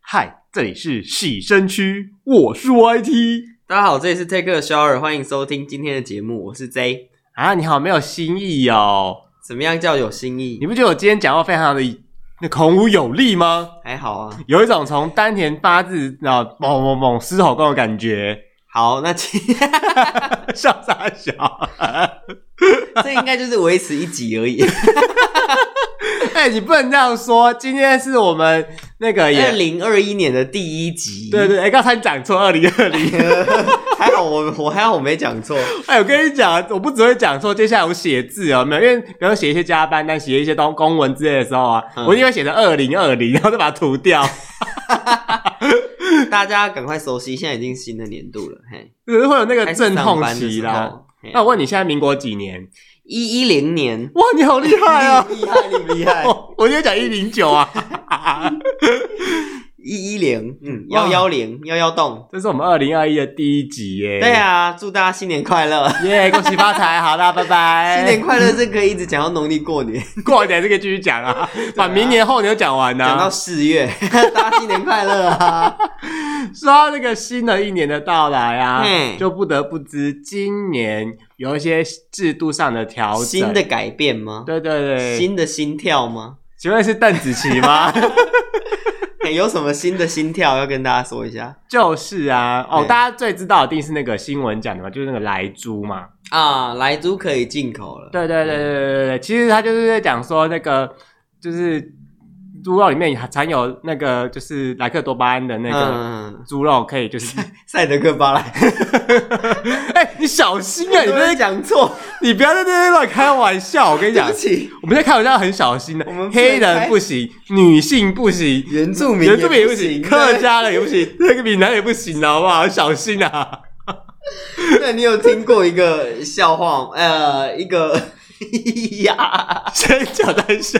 嗨，这里是洗身区，我是 YT 大家好，这里是 Take a Shower，欢迎收听今天的节目，我是 J。啊，你好没有新意哦，怎么样叫有新意你？不觉得我今天讲话非常的那孔武有力吗？还好啊。有一种从丹田发自然后猛猛猛狮吼功的感觉，好，那今 笑啥笑？ 这应该就是维持一集而已。哎，你不能这样说，今天是我们那个二也。零二一年的第一集，对，对，哎、刚才你讲错二零二零， 还好我我还好我没讲错。哎，我跟你讲，我不只会讲错，接下来我写字有没有？因为比如说写一些加班单、写一些东公文之类的时候啊，嗯我一定会写成二零二零，然后再把它涂掉。大家赶快熟悉，现在已经新的年度了，嘿，只是会有那个开 始阵上痛班的期时啦。候。嘿那我问你，现在民国几年？一一零年，哇，你好厉害 啊！哦厉害，厉不 厉害？我我就讲一零九啊， 一一零，嗯，哇幺幺零，幺幺洞。这是我们二零二一的第一集耶。对，啊，祝大家新年快乐！耶、恭喜发财，好啦，拜拜。新年快乐，这可以一直讲到农历过年，过年这个继续讲 啊，把明年后年都讲完呢、啊讲到四月， 大家新年快乐啊！说到这个新的一年的到来啊嗯，就不得不知今年有一些制度上的调整。新的，改变吗？对对对。新的心跳吗？请问是邓紫棋吗？ 嘿有什么新的心跳要跟大家说一下就是啊，哦，嗯大家最知道的一定是那个新闻讲的嘛，就是那个莱猪嘛。啊？莱猪可以进口了，对对对对对对对，其实他就是在讲说那个就是猪肉里面含有那个就是莱克多巴胺的那个嗯，猪肉可以就是，赛德克巴莱， 哎、你小心啊， 你你不不要是讲错，你不要在那边乱开玩笑，我跟你对讲不。起，我们现在开玩笑很小心的我们，不能黑人开不行，女性不行，原住民原住民也也不不行，行，客家人也不 行，那个闽南也不行的，好不好？小心啊！对。那你有听过一个笑话？呃，一个 呀，先讲再笑，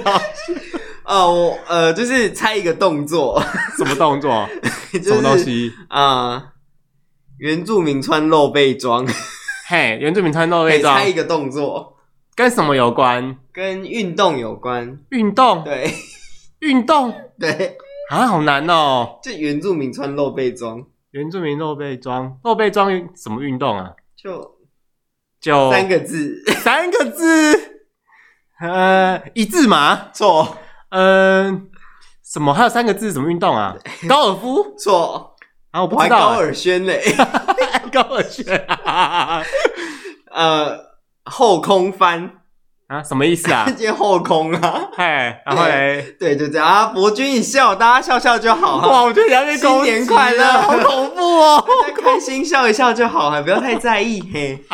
呃，我呃，就是猜一个动作， 什么动作？就是什么东西？啊？原住民穿露背装，嘿，原住民穿露背可以装 猜一个动作，跟什么有关？跟运动有关。运动，对 运动对。啊，好难哦！就原住民穿露背装，原住民露背装，露背装什么运动啊？就就三个字， 三个字，呃，一字马，错嗯、什么？还有三个字什么运动 啊？高尔夫。错，啊，我不我还知道高欸，尔宣嘞， 高尔轩啊，呃，后空翻，啊，什么意思 啊直？接后空啊， 嗨，然后嘞，对，就这样啊，博君一笑，大家笑笑就好哈，哇，我觉得你要被新攻年击 快了乐好恐怖哦！大家开心笑一笑就好，还不要太在意 嘿。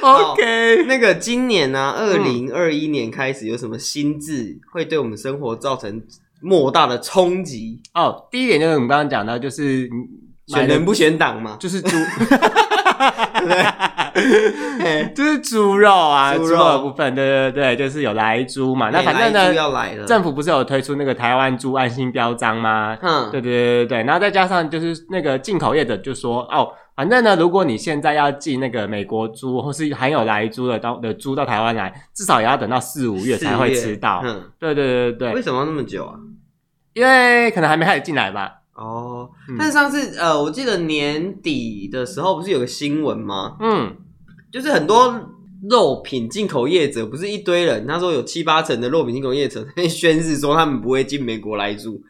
OK，那个今年呢、二零二一年开始有什么新制会对我们生活造成莫大的冲击？哦，第一点就是我们刚刚讲到，就是选人不选党嘛，就是猪，嘿就是猪肉啊，猪猪肉肉的部分，对对对，就是有来猪嘛。啊那嘿反正来猪呢，哎要来了，政府不是有推出那个台湾猪安心标章吗？嗯，对对对对对，然后再加上就是那个进口业者就说哦，反正呢，如果你现在要进那个美国猪或是含有来猪的到的猪到台湾来，至少也要等到四五月才会吃到。嗯，对对对对为对，什么要那么久啊？因为可能还没开始进来吧。哦嗯，但是上次呃，我记得年底的时候不是有个新闻吗？ 嗯，就是很多肉品进口业者不是一堆人，他说有七八成的肉品进口业者 宣誓说他们不会进美国来住，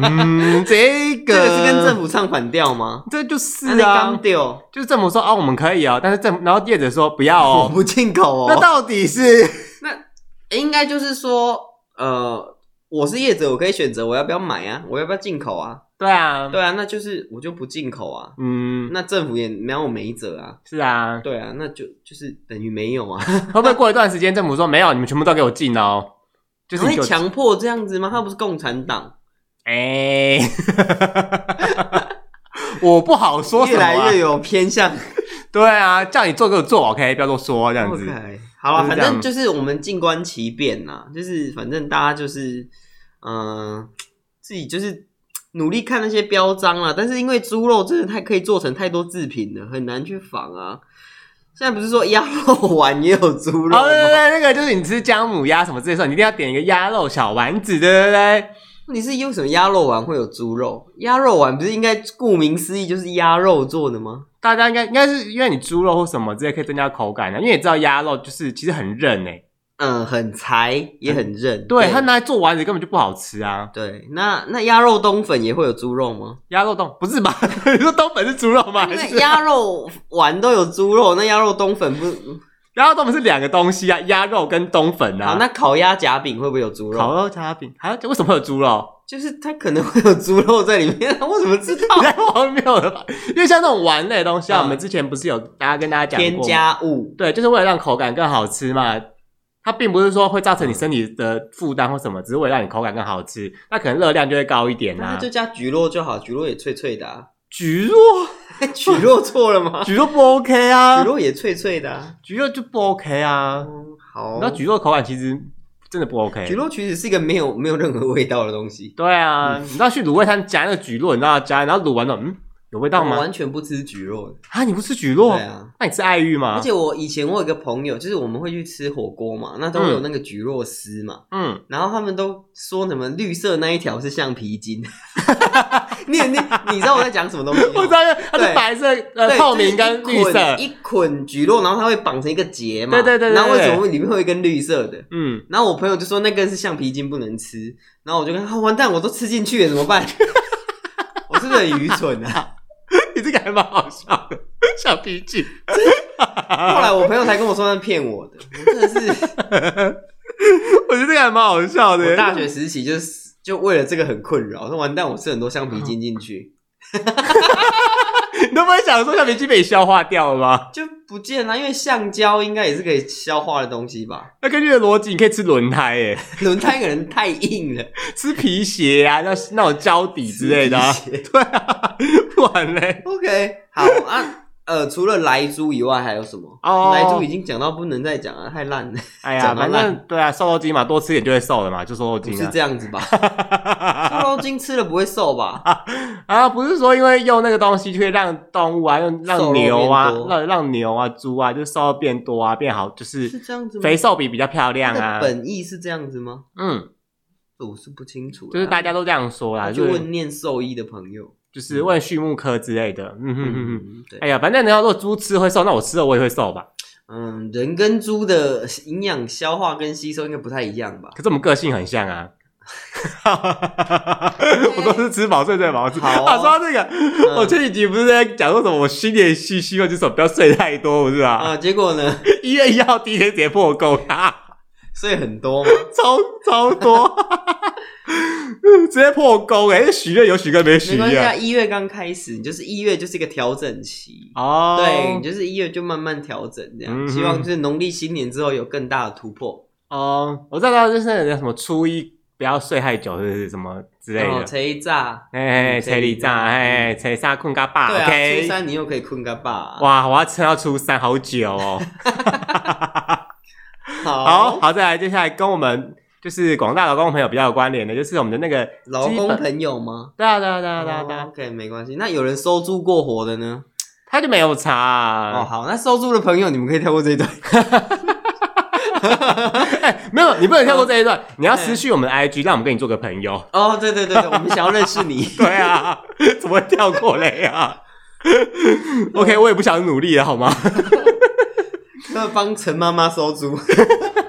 嗯这个这个是跟政府唱反调吗？这就是那你啊刚，掉，就是政府说哦，我们可以哦，但是政府然后业者说不要我哦， 不进口那哦。到底是应该就是说，呃，我是业者，我可以选择我要不要买啊，我要不要进口啊？对啊，对啊，那就是我就不进口啊。嗯，那政府也没有没辙啊，是啊，对啊，那就就是等于没有啊。会不会过一段时间政府说没有，你们全部都给我进哦，就是 他你给会我强迫这样子吗？他不是共产党，哎、 我不好说什越么、啊。来越有偏向。对啊，叫你做给我做，OK，不要多说这样子。 OK，好了，就是反这样正就是我们静观其变呐，就是反正大家就是，嗯、自己就是努力看那些标章啦。但是因为猪肉真的太可以做成太多制品了，很难去仿啊。现在不是说鸭肉丸也有猪肉哦，对对吗？对，那个就是你吃姜母鸭什么之类的时候，你一定要点一个鸭肉小丸子，对对对。问题是为什么鸭肉丸会有猪肉？鸭肉丸不是应该顾名思义就是鸭肉做的吗？大家应该应该是因为你猪肉或什么之类可以增加口感啊的、因为你知道鸭肉就是其实很韧诶、嗯，很柴也很韧。对，它拿来做丸子根本就不好吃啊。对，那那鸭肉冬粉也会有猪肉 吗？鸭肉冻不是吧？ 你说冬粉是猪肉吗？还因为是鸭肉丸都有猪肉，那鸭肉冬粉不？鸭肉冻不是两个东西啊，鸭肉跟冬粉啊。好，那烤鸭夹饼会不会有猪肉？烤肉夹饼还有为什么会有猪肉？ 就是它可能会有猪肉在里面， 我怎么知道？太荒谬了吧！因为像那种丸类的东西啊，嗯我们之前不是有大家跟大家讲过添吗加物，对，就是为了让口感更好吃嘛。它并不是说会造成你身体的负担或什么，只是为了让你口感更好吃。那可能热量就会高一点那它呐、啊就。加菊络就好，菊络也脆脆的、啊。 菊肉，菊络错了吗？菊肉不 OK 啊菊，络也脆脆的、啊。菊肉就不 OK 啊。嗯，好。那菊肉口感其实真的不 OK。菊络其实是一个没有没有任何味道的东西，对嗯啊，你知道去卤味摊夹那个菊肉，你知道夹，然后卤完了，嗯，有味道我吗？完全不吃菊络的。啊，你不吃菊肉？对啊，那你吃爱玉吗而？且我以前我有一个朋友，就是我们会去吃火锅嘛，那都会有那个菊络丝嘛，嗯，然后他们都说什么绿色那一条是橡皮筋， 你你你知道我在讲什么东西吗？我知道它是对白色、呃对透明跟绿就是色。一捆一捆菊络，然后它会绑成一个结嘛，对对对对对然后为什么里面会有一根绿色的？ 嗯，然后我朋友就说那根是橡皮筋不能吃，然后我就跟他、啊、完蛋，我都吃进去了怎么办？ 我是不是很愚蠢啊？你这个还蛮好笑的，小脾气。后来我朋友才跟我说那骗我的，我真的是。我觉得这个还蛮好笑的。我大学时期就是就为了这个很困扰，那完蛋，我吃很多橡皮筋进去你都不会想说橡皮筋被你消化掉了吗？就不见了，因为橡胶应该也是可以消化的东西吧？ 那根据你的逻辑，你可以吃轮胎耶， 轮胎可能太硬了吃皮鞋啊，那那种胶底之类的、啊。吃皮鞋对啊， 不然嘞， OK，好啊。呃，除了莱猪以外还有什么？哦莱猪已经讲到不能再讲了，太烂 了，哎呀，讲到反烂正对啊，瘦肉精嘛，多吃点就会瘦了嘛，就瘦肉不精是啊。这样子 吧？瘦肉精吃了不会瘦吧？啊，不是说因为用那个东西就可以让动物啊，让让瘦肉牛啊变，多让让牛啊、猪啊，就是瘦肉变多啊，变好，就是是这样子吗？肥瘦比比较漂亮它啊的。本意是这样子吗？嗯，我是不清楚啦，啊就是大家啊都这样说啦，我就就是问念兽医的朋友。就是问畜牧科之类的。嗯哼哼哼。嗯，对哎。呀，反正你要说猪吃会瘦，那我吃了我也会瘦吧。嗯，人跟猪的 营养消化跟吸收应该不太一样吧？可是我们个性很像 啊。我都是吃饱睡睡饱吃。好哦嗯啊，说到这个，我前几集不是在讲说什么我新年希希望就是我不要睡太多，不是啊、啊？结 果呢，一月一号第一天直接破功啊，睡很多嘛，超超多， 直接破功哎、许愿有许愿没许 没关系啊。愿一月刚开始，你就是一月就是一个调整期，哦，啊对，你就是一月就慢慢调整这样，嗯哼希望就是农历新年之后有更大的突破。哦，我知道就是那个什么初一不要睡太久，是不是什么之类然的后。车一炸，哎，哦嗯车彩里礼炸，炸哎，彩沙困嘎爸对啊，初，OK，三啊你又可以困个爸。哇，我要撑到初三，好久 哦。好，好好，再来，接下来跟我们就是广大劳工朋友比较有关联的，就是我们的那个劳基工本，朋友吗？对啊，对啊，对啊，对啊，对哦啊， ，OK，没关系。那有人收租过活的呢？他就没有查哦，啊，好，那收租的朋友你们可以跳过这一段。 哎，没有，你不能跳过这一段，你要失去我们的 IG，让我们跟你做个朋友。哦，对对对对，我们想要认识你。 对啊，怎么会跳过嘞 啊？OK，我也不想努力了，好吗？那帮陈妈妈收租，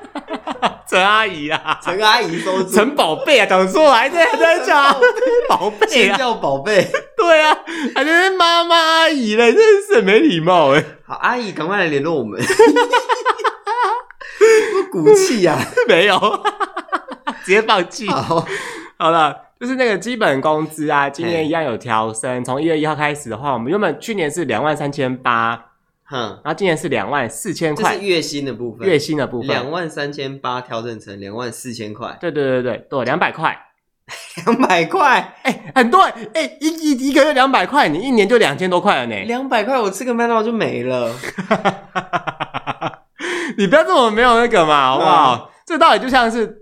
陈阿姨啊，陈阿姨收租，陈宝贝啊，讲出来，这这 讲宝贝先 啊。叫宝贝。对啊，还是妈妈阿姨嘞，真是没礼貌哎， 好，阿姨，赶快来联络我们。 不骨气呀、没有， 直接放弃。好，好了。就是那个基本工资啊，今年一样有调升。从一月一号开始的话，我们原本去年是两万三千八，哼，然后今年是两万四千这是块月薪的部分，月薪的部两分。万三千八调整成两万四千块，对对对对对，两百块，两百块，哎、很多哎、哎一一一个月两百块，你一年就两千多块了呢。两百块，我吃个麦当劳就没了。嗯你不要这么没有那个嘛，好不好？这道理就像是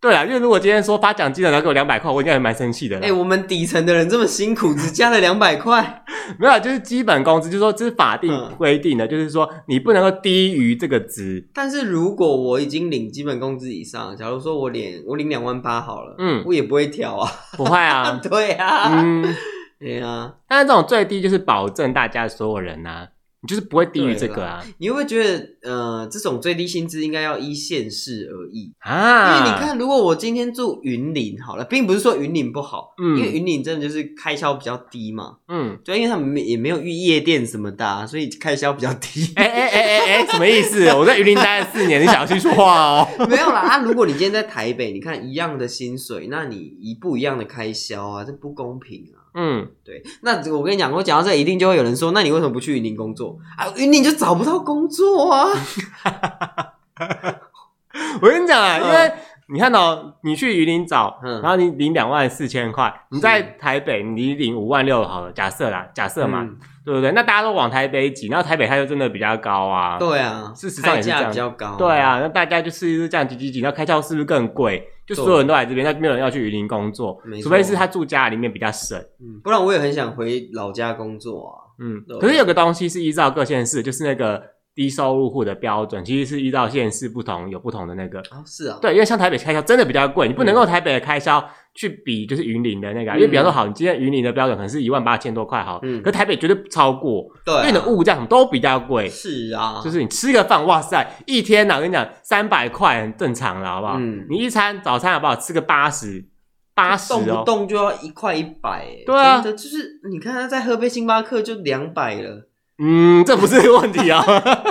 对啊，因为如果今天说发奖金的，然后给我两百块，我应该也蛮生气的啦。哎、我们底层的人这么辛苦，只加了两百块，没有啊，就是基本工资，就是说这是法定嗯规定的，就是说你不能够低于这个值。但是如果我已经领基本工资以上，假如说我领我领两万八好了，嗯我也不会挑啊， 不会啊，对啊，嗯，对啊，但是这种最低就是保证大家所有人啊，你就是不会低于这个啊你会不会觉得呃，这种最低薪资应该要依县市而异？因啊！为你，看，如果我今天住云林好了，并不是说云林不好，嗯因为云林真的就是开销比较低嘛，嗯，对，因为他们没也没有遇夜店什么的啊、所以开销比较低。哎哎哎哎哎，什么意思？我在云林待了四年，你小心说话哦。 没有啦，啊，如果你今天在台北，你看一样的薪水，那你一不一样的开销啊，这不公平啊。嗯，对，那我跟你讲，我讲到这，一定就会有人说，那你为什么不去云林工作啊？云林就找不到工作啊。我跟你讲啊，嗯因为你看哦，你去云林找，嗯然后你领两万四千块，你是在台北你领五万六好了，假设啦，假设嘛，嗯？对不对？那大家都往台北挤，那台北它就真的比较高啊。对啊，事实上也开是这样价比较高、对，啊，那大家就是这样挤挤挤，那开销是不是更贵？就所有人都来这边，那没有人要去云林工作没，错除非是他住家里面比较省。嗯，不然我也很想回老家工作啊。嗯对，可是有个东西是依照各县市，就是那个低收入户的标准，其实是依照县市不同有不同的那个。啊，是啊，对，因为像台北开销真的比较贵，你不能够台北的开销去比就是云林的那个啊，因为嗯比方说好，你今天云林的标准可能是一万八千多块好，嗯可台北绝对不超过，对因啊，为你的物价什么都比较贵。是啊，就是你吃个饭，哇塞，一天呐、我跟你讲，三百块很正常了，好不好？嗯你一餐早餐好不好？吃个八十，八十动不哦，动就要一块一百、欸，对啊真的就是你看他再喝杯星巴克就两百了，嗯，这不是问题啊、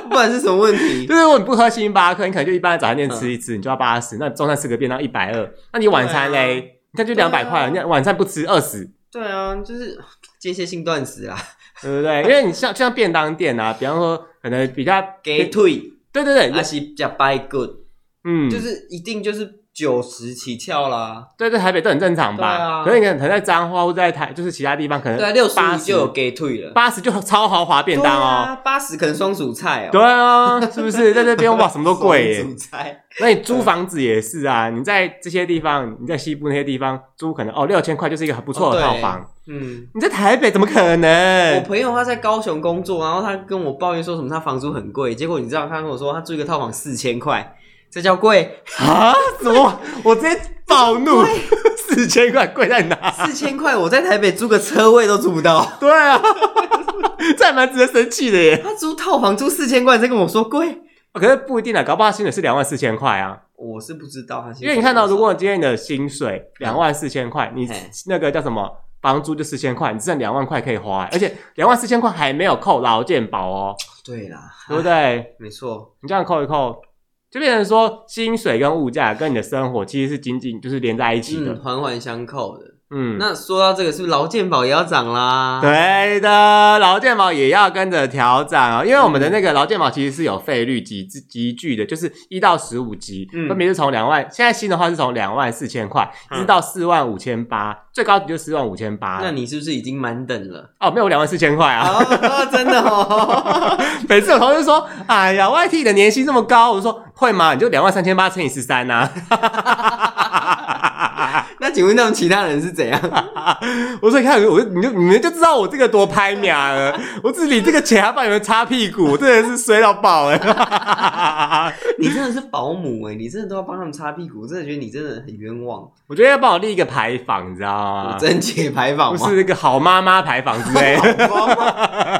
不然是什么问 题？就是如果你不喝星巴克，你可能就一般的早餐店吃一吃，你就要八十，那中餐吃个便当一百二，那你晚餐对啊嘞，那就两百块了，对那晚餐不吃二十，对啊，就是间歇性 断食啊，对不对？因为你像就像便当店啊，比方说可能比较给退对对还对，是加 buy good，、哎嗯，就是一定就是九十起跳啦，对对，台北都很正常对吧？啊可是你可能在彰化或在台，就是其他地方可对啊，能六十哎八五十就有给退了，啊八十就超豪华便当哦。八十、80可能双主菜哦，对啊，是不是在这边哇，什么都 贵耶双？主菜，那你租房子也是啊，你在这些地方，你在西部那些地方租，可能哦六千块就是一个很不错的哦套对房。嗯。你在台北怎么可我能？朋友他在高雄工作，然后他跟我抱怨说什么他房租很贵，结果你知道他跟我说他住一个套房四千块，这叫 贵？啊？怎么？我直接暴怒！四千块贵在哪？四千块我在台北租个车位都租不 到，对啊， 这还蛮值得生气的耶。他租套房租四千块，再跟我说贵，可是不一定啊，搞不好薪水是两万四千块啊。我是不知道他薪水因为你看到，多如少果今天你的薪水两万四千块，你嘿那个叫什么房租就四千块，你剩两万块可以花，欸而且两万四千块还没有扣劳健保哦，对啦，对不哎？对？没错，你这样扣一扣，就变成说薪水跟物价跟你的生活其实是紧紧就是连在一起嗯，的。环环相扣的。嗯，那说到这个，是不是劳健保也要涨啦？，对的，劳健保也要跟着调整哦，因为我们的那个劳健保其实是有费率级级级距的，就是一到十五级，嗯分别是从两万，现在新的话是从两万四千块一直到四万五千八，最高就四万五千八。那你是不是已经满等了？哦，没有两万四千块啊！哦，真的哦， 每次有同事说：“哎呀，YT 的年薪这么高。”我说：“会吗？你就两万三千八乘以十三啊呐。那请问他们其他人是怎样？” 我说：“你看，我就你就你们就知道我这个多拍秒了。 我自己这个钱还帮你们擦屁股，真的是衰到爆了。”你真的是保姆哎、你真的都要帮他们擦屁股，我真的觉得你真的很冤枉。 我觉得要帮我立一个牌坊，你知道 吗？有贞洁牌坊啊不吗？是 那个好妈妈牌坊之类的。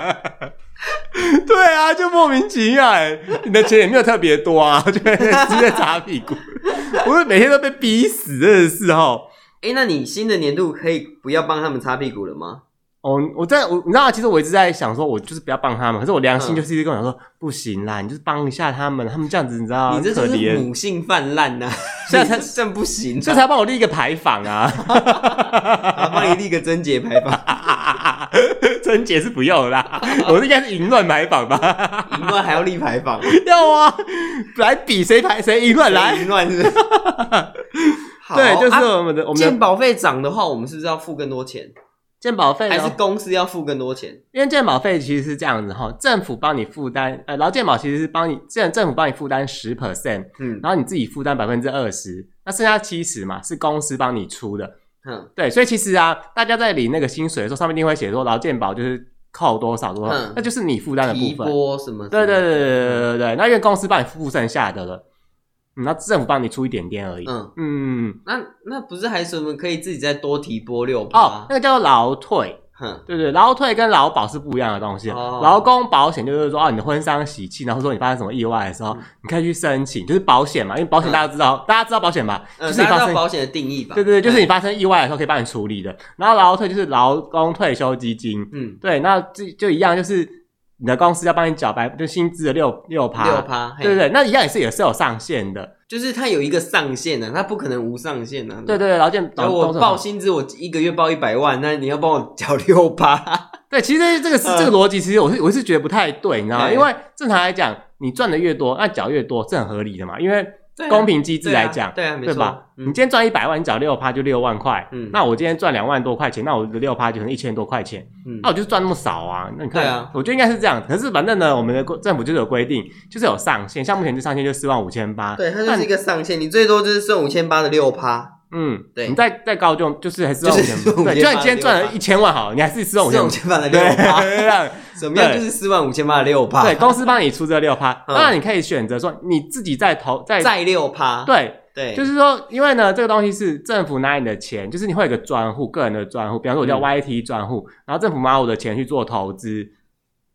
哎对啊，就莫名其妙，哎你的钱也没有特别多啊， 就在就在擦屁股。我是每天都被逼死，真的是哦。哎、那你新的年度可以不要帮他们擦屁股了吗？哦，我在我你知道，其实我一直在想说，我就是不要帮他们，可是我良嗯心就是一直跟我讲说，不行啦，你就是帮一下他们，他们这样子你知道，你这就可是怜，母性泛 滥呐、现在才你 这真不行、所以才帮我立一个牌坊啊。 啊，帮你立个贞洁牌坊，真姐是不用啦，我应该是淫乱牌坊吧。淫乱还要立牌坊，要啊，来比谁排谁赢乱来。淫乱是不是？好对，就是啊我们的、我们健的保费涨的话，我们是不是要付更多钱？健保费呢哦还是公司要付更多钱？因为健保费其实是这样子哈，政府帮你负担，呃，劳健保其实是帮你政政府帮你负担十 percent，嗯然后你自己负担百分之二十，那剩下七十嘛是公司帮你出的。嗯对，所以其实啊，大家在领那个薪水的时候，上面一定会写说劳健保就是扣多少多少，嗯那就是你负担的部提分。拨什么？对对对对对对对对，那因为公司帮你付剩下的了，嗯，那政府帮你出一点点而已。嗯，嗯，那那不是还什么可以自己再多提拨六哦趴，？那个叫做劳退，哼，对对，劳退跟劳保是不一样的东西。哦劳工保险就是说，哦，你的婚丧喜庆，然后说你发生什么意外的时候，嗯你可以去申请，就是保险嘛，因为保险嗯大家都知道，大家知道保险吧？呃，就是你大发家知道生保险的定义吧？嗯对对对，就是你发生意外的时候可以帮你处理的。然后劳退就是劳工退休基金，嗯，对，那这就一样，就是你的公司要帮你缴白，就薪资的六六趴，六趴，嘿对对啊对，那一样也是也是有上限的，就是它有一个上限啊的，它不可能无上限的。对对对，劳健然后我报薪资，我一个月报一百万，那你要帮我缴六 八，对，其实这个是、嗯这个逻辑，其实我是我是觉得不太对，你知道吗？哎因为正常来讲，你赚的越多，那缴越多，这很合理的嘛，因为公平机制来讲。啊对啊，没对错吧，？你嗯今天赚一百万，你缴六趴就六万块。嗯那我今天赚两万多块钱，那我的六趴就可能一千多块钱。嗯那我就赚那么少啊？那你看，对啊我觉得应该是这样。可是反正呢，我们的政府就是有规定，就是有上限，像目前就上限就四万五千八。对，它就是一个上限，你最多就是剩五千八的六趴，嗯，对你再再高就就是还是四万五就千对，就是45,800算你今天赚了一千万好了，你还是四万五四千五。千八的对，六趴， 这样怎么样？对就是四万五千八的六趴，对，公司帮你出这六趴，嗯当然你可以选择说你自己再投再再六趴，对，对，就是说，因为呢，这个东西是政府拿你的钱，就是你会有一个专户，个人的专户，比方说我叫嗯 YT 专户，然后政府拿我的钱去做投资，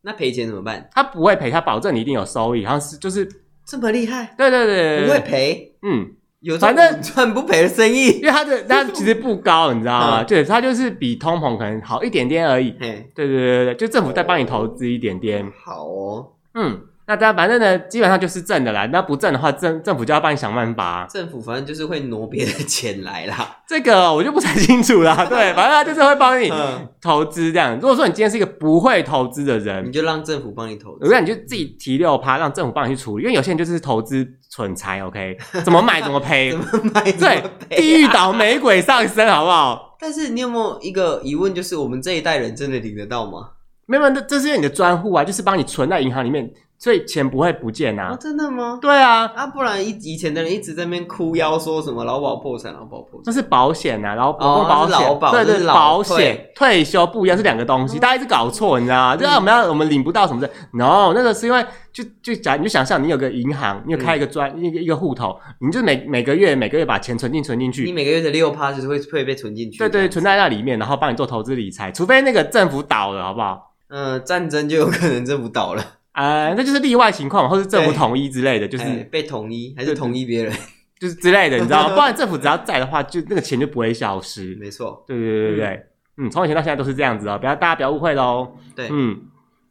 那赔钱怎么办？他不会赔，他保证你一定有收益，然后是就是这么厉害，对对对对，对不会赔，嗯，有反正这种赚不赔的生因意。 为它的它其实不高，你知道吗？嗯对，它就是比通膨可能好一点点而已。嘿，对对对对对，就政府再帮你投资一点点。好哦，嗯，那当然反正呢，基本上就是正的啦。那不正的话，政政府就要帮你想办法、啊政府反正就是会挪别的钱来啦。这个我就不太清楚 啦。对，反正他就是会帮你嗯，投资这样。如果说你今天是一个不会投资的人你，就让政府帮你投我跟资。你讲，你就自己提六趴，让政府帮你去处理。因为有些人就是投资蠢材，OK，怎么买怎么赔 怎，么买怎对么，赔啊地狱倒霉鬼上身，好不好？但是你有没有一个疑问，就是我们这一代人真的领得到吗？没有，没有这这是因为你的专户啊，就是帮你存在银行里面，所以钱不会不见啊，啊。真的吗？对啊，啊，不然以以前的人一直在那边哭腰说什么劳保破产，劳保破产。这是保险啊，然后劳工哦保是险，劳保对这对，是劳保险退休不一样，是两个东西，嗯大家一直搞错，你知道吗？就是我们要我们领不到什么的，no，那个是因为就就假你就想象你有个银行，你有开一个嗯专、一个一个户头，你就每每个月每个月把钱存进存进你去。每个月的六趴就是会会被存进去。对对，，存在那里面，然后帮你做投资理财，除非那个政府倒了，好不好？嗯、战争就有可能政府倒了，呃，那就是例外情况嘛，或是政府对统一之类的，就是、哎被统一还对是对统一别人？就是之类的，你知道吗？ 不然政府只要在的话，就那个钱就不会消失。没错，对对对对对，嗯，从以前到现在都是这样子哦，不要大家不要误会喽。对，嗯，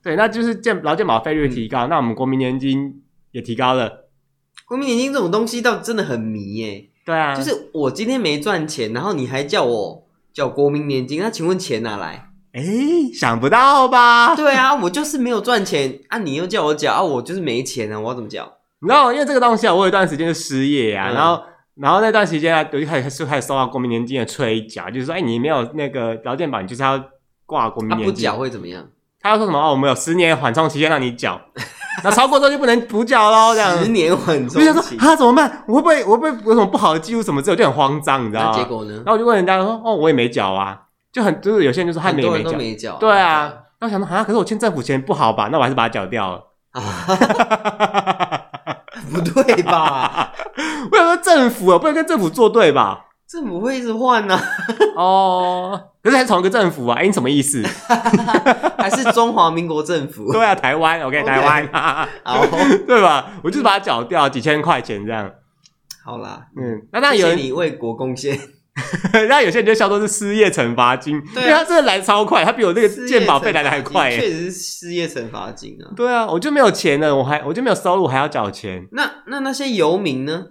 对，那就是健劳健保费嗯率提高，那我们国民年金也提高了。国民年金这种东西倒真的很迷耶、对啊，就是我今天没赚钱，然后你还叫我缴国民年金，那请问钱哪来？哎，想不到吧？对啊，我就是没有赚钱啊，你又叫我缴啊，我就是没钱啊，我要怎么缴？你知道，因为这个东西啊，我有一段时间就失业啊，嗯然后。然后那段时间啊，我就开始开始收到国民年金的催缴，就是说，哎，你没有那个劳健保，你就是要挂国民啊，不年金。缴会怎么样？他要说什么？哦，我们有十年缓冲期间让你 缴，那超过之后就不能补缴哦喽，这样。十年缓我就想冲期说，啊，怎么办？我会不会我会不会有什么不好的记录什么之类，我就很慌张，你知道那吗？结果呢然？后我就问人家说，哦，我也没缴啊，就很就是有些人就说他很没多没人都缴，没缴。对啊。然后我想说，啊，可是我欠政府钱不好吧？那我还是把它缴掉了。对啊， 不对吧？ 我想说政府啊，不能跟政府作对吧？政府会一直换呢、啊，哦， 可是还是同一个政府啊？哎，你什么意思？ 还是中华民国政府？对啊，台湾，OK， OK 台湾， 啊好， 对吧？我就是把它缴掉，几千块钱这样。好啦，嗯，那那有谢谢人，你为国贡献， 那有些人就笑说是失业惩罚金，因对啊为他真的来得超快，他比我那个健保费来的还快、欸确实是失业惩罚金啊。对啊，我就没有钱了，我还我就没有收入，还要缴钱。那那那些游民呢？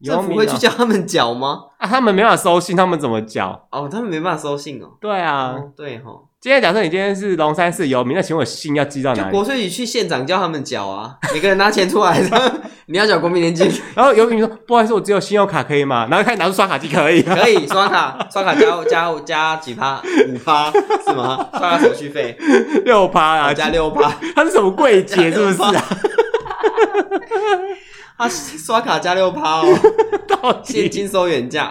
游政民府啊会去叫他们缴吗？啊，他们没办法收信，他们怎么缴？哦，他们没办法收信哦。对啊，哦，对哈、哦，今天假设你今天是龙山寺游民，那请问我信要寄到就哪里国？税局去县长叫他们缴啊，每个人拿钱出来，他们 你要缴国民年 金，然后邮局说不好意思，我只有信用卡可以 吗？然后开始拿出刷卡机可以。啊可以刷卡，刷卡加加加几趴，五趴是吗？刷卡手续费六趴啊，加六趴，他是什么柜姐是不是啊？啊，刷卡加六趴哦，到现底？金收原价，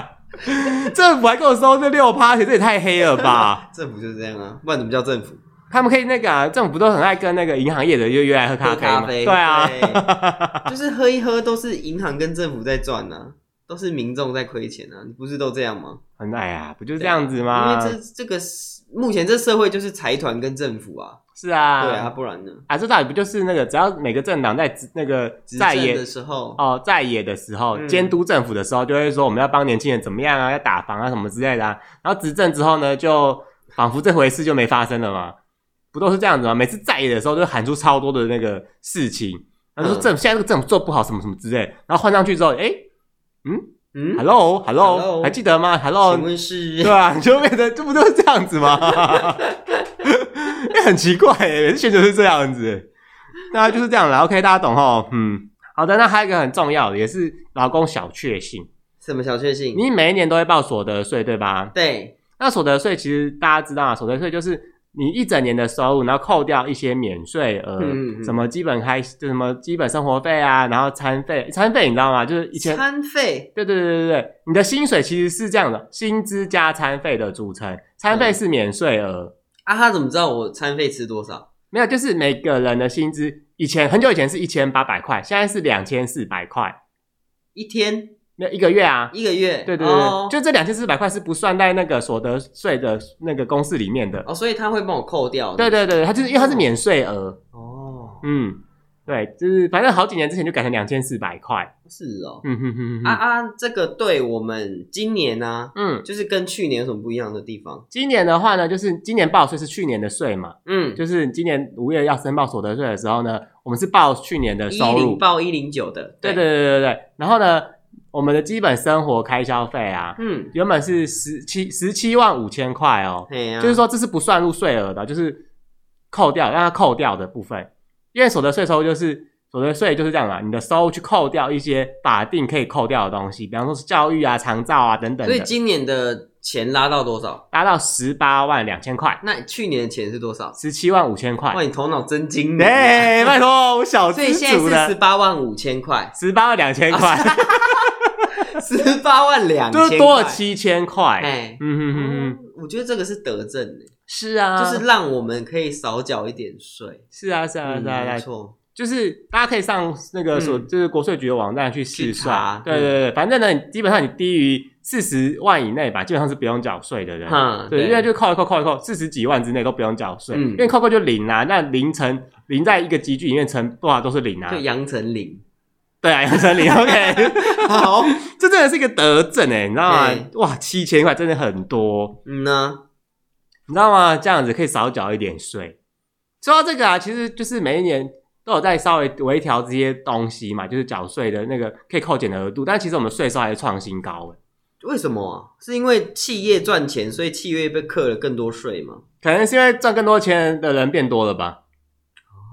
政府还跟我收这六趴，这也太黑了 吧？政府就是这样啊，不然怎么叫政府？他们可以那个、啊，政府不都很爱跟那个银行业的约约来喝咖喝啡吗？咖啡，对啊，对就是喝一喝都是银行跟政府在赚呐、啊，都是民众在亏钱啊，你不是都这样吗？很哎呀，不就这样子吗？因为这这个是目前这社会就是财团跟政府啊，是啊，对啊，，不然呢？啊，这到底不就是那个只要每个政党在执那个执在政野的时候，哦，在野的时候，嗯监督政府的时候，就会说我们要帮年轻人怎么样啊，要打房啊什么之类的、啊。然后执政之后呢，就仿佛这回事就没发生了嘛，不都是这样子吗？每次在野的时候，就喊出超多的那个事情，然后说嗯政、现在这个政府做不好什么什么之类的。然后换上去之后，哎、嗯 h e l l o h e l l o Hello 还记得吗？Hello，请问 是对啊，你就变成这不都是这样子吗？ 也很奇怪耶，每次选手是这样子，大家就是这样了。OK，大家懂吼？嗯，好的。那还有一个很重要的，也是劳工小确幸，什么小确幸？你每一年都会报所得税，对吧？对，那所得税其实大家知道啊，所得税就是你一整年的收入，然后扣掉一些免税额，嗯嗯嗯什么基本开就什么基本生活费啊，然后餐费，餐费你知道吗？就是一千。餐费对对对对对，你的薪水其实是这样的，薪资加餐费的组成，餐费是免税额，啊，他怎么知道我餐费吃多少？没有，就是每个人的薪资，以前很久以前是一千八百块，现在是两千四百块，一天没有一个月啊。一个月？对对对，哦就这两千四百块是不算在那个所得税的那个公式里面的。哦，所以他会帮我扣掉。对对对，它就是因为它是免税额，哦，嗯，对，就是反正好几年之前就改成两千四百块，是哦。嗯哼哼哼啊哼，啊，这个对我们今年呢、嗯，就是跟去年有什么不一样的地方？今年的话呢，就是今年报税是去年的税嘛，嗯，就是今年五月要申报所得税的时候呢，我们是报去年的一收入零，报一零九的，对对对对对对，然后呢，我们的基本生活开销费啊，嗯，原本是十七十七万五千块哦，哎呀、就是说这是不算入税额的，就是扣掉让它扣掉的部分，因为所得税收入就是所得税就是这样嘛，啊你的收入去扣掉一些法定可以扣掉的东西，比方说是教育啊、长照啊等等所以的，今年的钱拉到多少？达到十八万两千块，那去年的钱是多少？十七万五千块哇，。你头脑真精明啊！ 哎、拜托，我小所以资现族在是十的八万五千块，十八万两千啊块，十八万两千，就是多了。七千块。哎嗯，嗯嗯嗯，嗯，我觉得这个是德政欸是啊，就是让我们可以少缴一点税。是啊是啊嗯是啊，没来错，就是大家可以上那个所、嗯就是国税局的网站去试去算查，嗯对对对，反正呢，你基本上你低于四十万以内吧，基本上是不用缴税的人。嗯对，对因为就扣一扣扣一扣，四十几万之内都不用缴税，嗯因为扣扣就零啊，那零乘零在一个集聚里面乘多少都是零啊就，杨丞琳，对啊，杨丞琳，OK， 好，这真的是一个德政哎，你知道吗对？哇，七千块真的很多，嗯呢，你知道吗？这样子可以少缴一点税。说到这个啊，其实就是每一年都有在稍微微调这些东西嘛，就是缴税的那个可以扣减的额度，但其实我们税收还是创新高欸诶，为什么啊？是因为企业赚钱，所以企业被课了更多税吗？可能是因为赚更多钱的人变多了吧？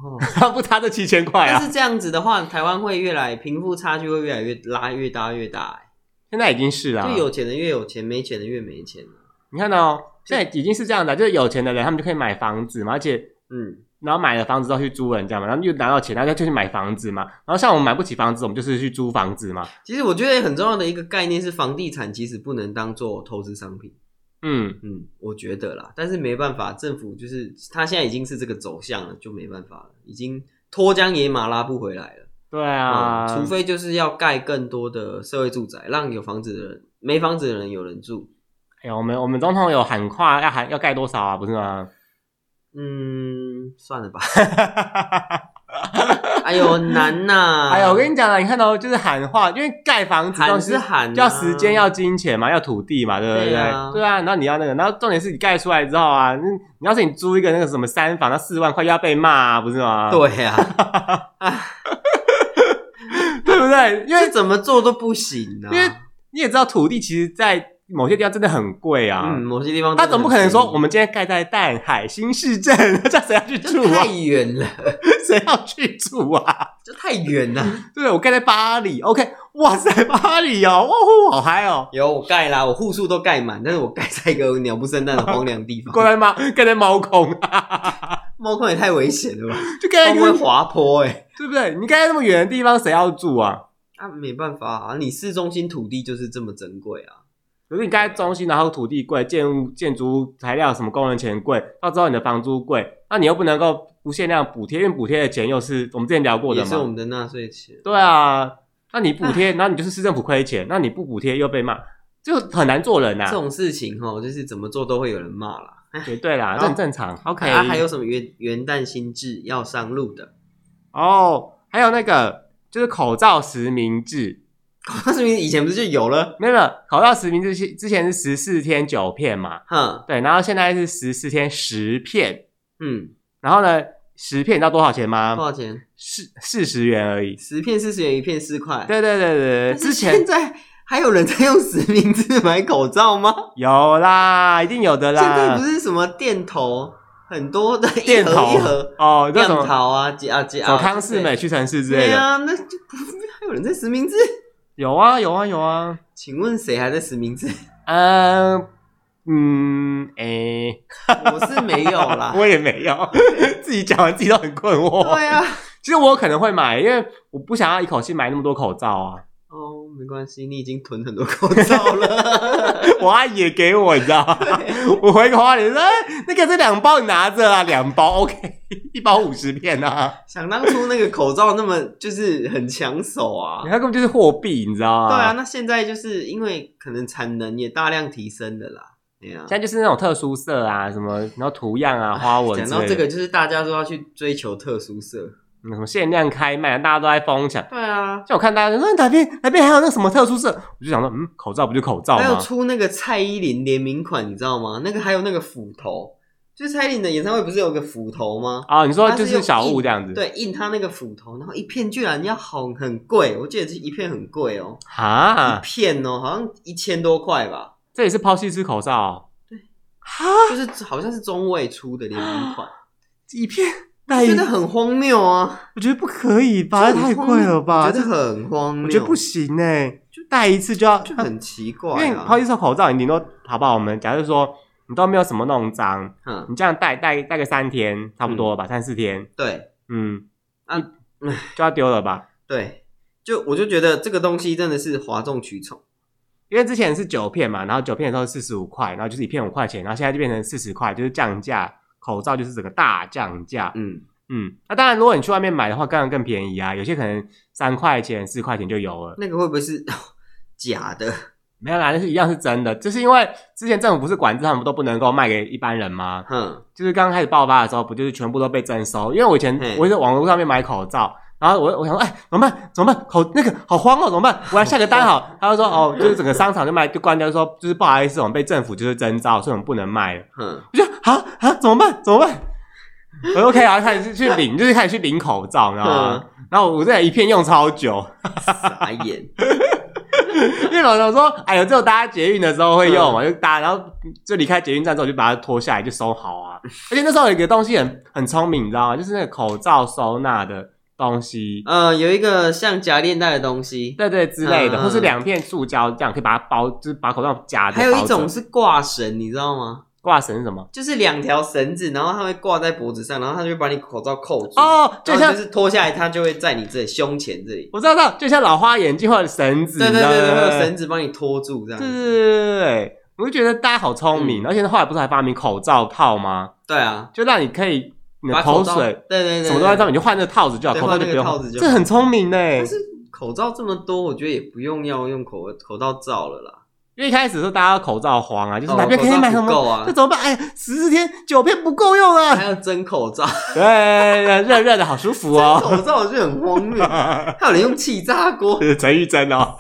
哦，不差这七千块但啊，是这样子的话，台湾会越来贫富差距会越来越拉越大越大、现在已经是啦、啊欸，就有钱的越有钱，没钱的越没钱啊你看到、哦、现在已经是这样的，就是有钱的人他们就可以买房子嘛，而且嗯，然后买了房子之后去租人家嘛，然后又拿到钱，然后就去买房子嘛。然后像我们买不起房子，我们就是去租房子嘛。其实我觉得很重要的一个概念是，房地产其实不能当做投资商品。嗯，嗯，我觉得啦，但是没办法，政府就是他现在已经是这个走向了，就没办法了，已经脱缰野马拉不回来了。对啊，嗯除非就是要盖更多的社会住宅，让有房子的人没房子的人有人住。哎、我们我们总统有喊话要喊要盖多少啊，不是 吗？嗯，算了吧。 哎呦，难呐、 哎呀，我跟你讲了，你看到就是喊话，因为盖房子喊东西是喊、啊，要时间、要金钱嘛，要土地嘛，对不对？对啊对啊，然后你要那个，然后重点是你盖出来之后啊，你你要是你租一个那个什么三房，那四万块又要被骂、啊，不是吗？对啊呀、 对不对？因这为怎么做都不行啊。因为你也知道，土地其实在某些地方真的很贵啊。嗯，某些地方他总不可能说我们们今天盖在淡海新市镇， 这谁要去住啊太？远了， 谁要去住啊？这太远了。对，我盖在巴黎，OK，哇塞，巴黎哦，哦，好嗨哦！有我盖啦，我户数都盖满，但是我盖在一个鸟不生蛋的荒凉地 过方，来猫，盖在猫空 啊，猫空也太危险了吧？就盖在会一不会个，滑坡哎、对不对？你盖在那么远的地方，谁要住啊？啊，没办法啊，你市中心土地就是这么珍贵啊。可是你盖在中心，然后土地贵，建物、建筑材料什么工人钱贵，到之后你的房租贵，那你又不能够不限量补贴，因为补贴的钱又是我们之前聊过的也是我嘛。们的纳税钱。对啊，那你补贴，然后你就是市政府亏钱，那你不补贴又被骂，就很难做人呐、这啊。种事情哈，就是怎么做都会有人骂啦。对对啦，然后这很正常。OK，哎啊，还有什么元元旦新制要上路的？ 哦，还有那个就是口罩实名制，告诉你，以前不是就有了？没有没有口罩实名制是之前是十四天九片嘛，哼，对，然后现在是十四天十片，嗯，然后呢十片你知道多少钱多吗？少钱？四四十元而已。十片四十元，一片四块。对对对对对，但是之前现在还有人在用实名制买口罩吗？有啦，一定有的现在啦不。是什么电头，很多的一电头盒一盒，哦，这电种头啊，几啊几小啊，康士美、屈臣氏之类对的，啊，那就不还有人在实名制？ 有啊有啊有啊。请问谁还在实 名制？嗯嗯，诶，我是没有啦。我也没有， 自己讲完自己都很困惑。对啊，其实我可能会买，因为我不想要一口气买那么多口罩啊。 哦，没关系，你已经囤很多口罩 了。我阿姨也给我，你知道吗？我回花莲说、哎那个这两包你拿着啊，两包 OK，一 包五十片啊。想当初那个口罩那么就是很抢手啊你。看，根本就是货币，你知道吗？对啊，，那现在就是因为可能产能也大量提升的啦。对啊现，在就是那种特殊色啊，什么然后图样啊、花纹讲之到类这的，个，就是大家都要去追求特殊色。嗯什么限量开卖，啊大家都在疯抢。对啊，像我看大家说，嗯哪边哪边还有那个什么特殊色，我就想说，嗯，口罩不就口罩还有吗？出那个蔡依林联名款，你知道吗？那个还有那个斧头，就是蔡依林的演唱会不是有个斧头吗？啊，你说就它是是用小印物这样子，对，印他那个斧头，然后一片居然要好很贵，我记得是一片很贵哦、啊一，片哦、好像一千多块吧，这也是抛弃式口罩哦、对哈，就是好像是中卫出的联名款，一片带觉得很荒谬啊，我觉得不可以吧，这太很荒贵了吧？我觉这得很荒谬，我觉得不行哎、就戴一次就要，就它很奇因怪为啊抛。弃式口罩，你顶多好不好？我们假设说你都没有什么弄脏，嗯，你这样戴戴戴个三天差不多了吧，三四天，对嗯，啊唉就要丢了吧？对，就我就觉得这个东西真的是哗众取宠，因为之前是九片嘛，然后九片的时候四十五块，然后就是一片五块钱，然后现在就变成四十块，就是降价，口罩就是整个大降价。嗯，嗯，那当然，如果你去外面买的话，当然更便宜啊，有些可能三块钱、四块钱就有了。那个会不会是 假的？没有啦，那是一样是真的，就是因为之前政府不是管制他们都不能够卖给一般人吗？哼，就是刚开始爆发的时候，不就是全部都被征收？因为我以前嘿我在网络上面买口罩，然后我我想说，哎，怎么办？怎么办？口那个好慌哦，怎么办？我来下个单好。他就说，哦，就是整个商场就卖就关掉，就说就是不好意思，我们被政府就是征召，所以我们不能卖了。哼，我就啊啊，怎么办？怎么办？我就 OK 啊，开始去领，就是开始去领口罩，你知道吗？然后我这一片用超久，傻眼，因为老想说，哎呦，只有搭捷运的时候会用嘛，就搭，然后就离开捷运站之后就把它脱下来就收好啊。而且那时候有一个东西很很聪明，你知道吗？就是那个口罩收纳的东西，呃，有一个像夹链带的东西，对对之类的，嗯或是两片塑胶这样可以把它包，就是把口罩夹着。还有一种是挂绳，你知道吗？挂绳是什么？就是两条绳子，然后它会挂在脖子上，然后它就会把你口罩扣住。哦，就然后像你就是脱下来，它就会在你这里胸前这里。我知道，知道，就像老花眼镜或者绳子，对对你知道对对，吗会有绳子帮你拖住这样对子。对对对对，我就觉得大家好聪明，嗯而且后来不是还发明口罩套吗？对啊，就让你可以你的把口口罩水。对对对，什么都在上面。面，你就换那个套子就好，对口罩就不用换那个套子就好这很聪明呢。但是口罩这么多，我觉得也不用要用口口罩罩了啦。因为一开始的时候大家口罩慌啊，就是哦哪边可以买什口罩不么，够啊这？怎么办？哎呀，十四天九片不够用啊还！ 要真口罩，对，热热的好舒服哦。 口罩我觉得很荒谬，还有人用气炸锅。陈玉珍哦，